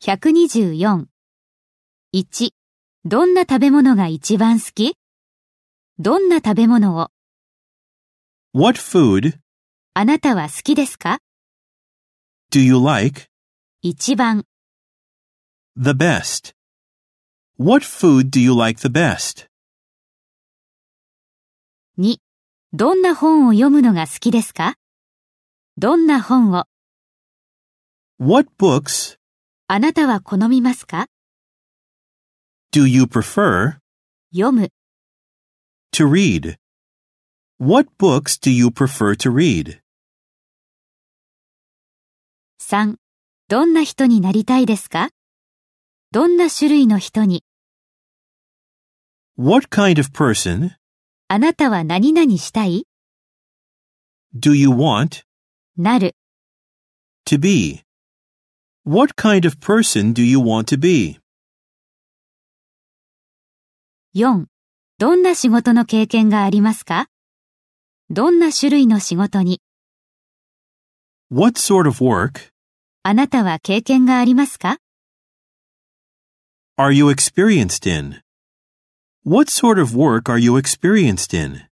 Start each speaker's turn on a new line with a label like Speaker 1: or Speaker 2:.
Speaker 1: 124。1. どんな食べ物が一番好きどんな食べ物を
Speaker 2: What food
Speaker 1: あなたは好きですか
Speaker 2: do you like
Speaker 1: 一番
Speaker 2: the best? What food do you like the best?
Speaker 1: 2. どんな本を読むのが好きですかどんな本を
Speaker 2: What books
Speaker 1: あなたは好みますか
Speaker 2: do you prefer
Speaker 1: 読む
Speaker 2: to read? What books do you prefer to read?
Speaker 1: 3. どんな人になりたいですかどんな種類の人に
Speaker 2: What kind of person
Speaker 1: あなたは何々したい
Speaker 2: do you want
Speaker 1: なる
Speaker 2: to be? What kind of person do you want to be?
Speaker 1: 4. どんな仕事の経験がありますかどんな種類の仕事に
Speaker 2: What sort of work
Speaker 1: あなたは経験がありますか
Speaker 2: are you experienced in? What sort of work are you experienced in?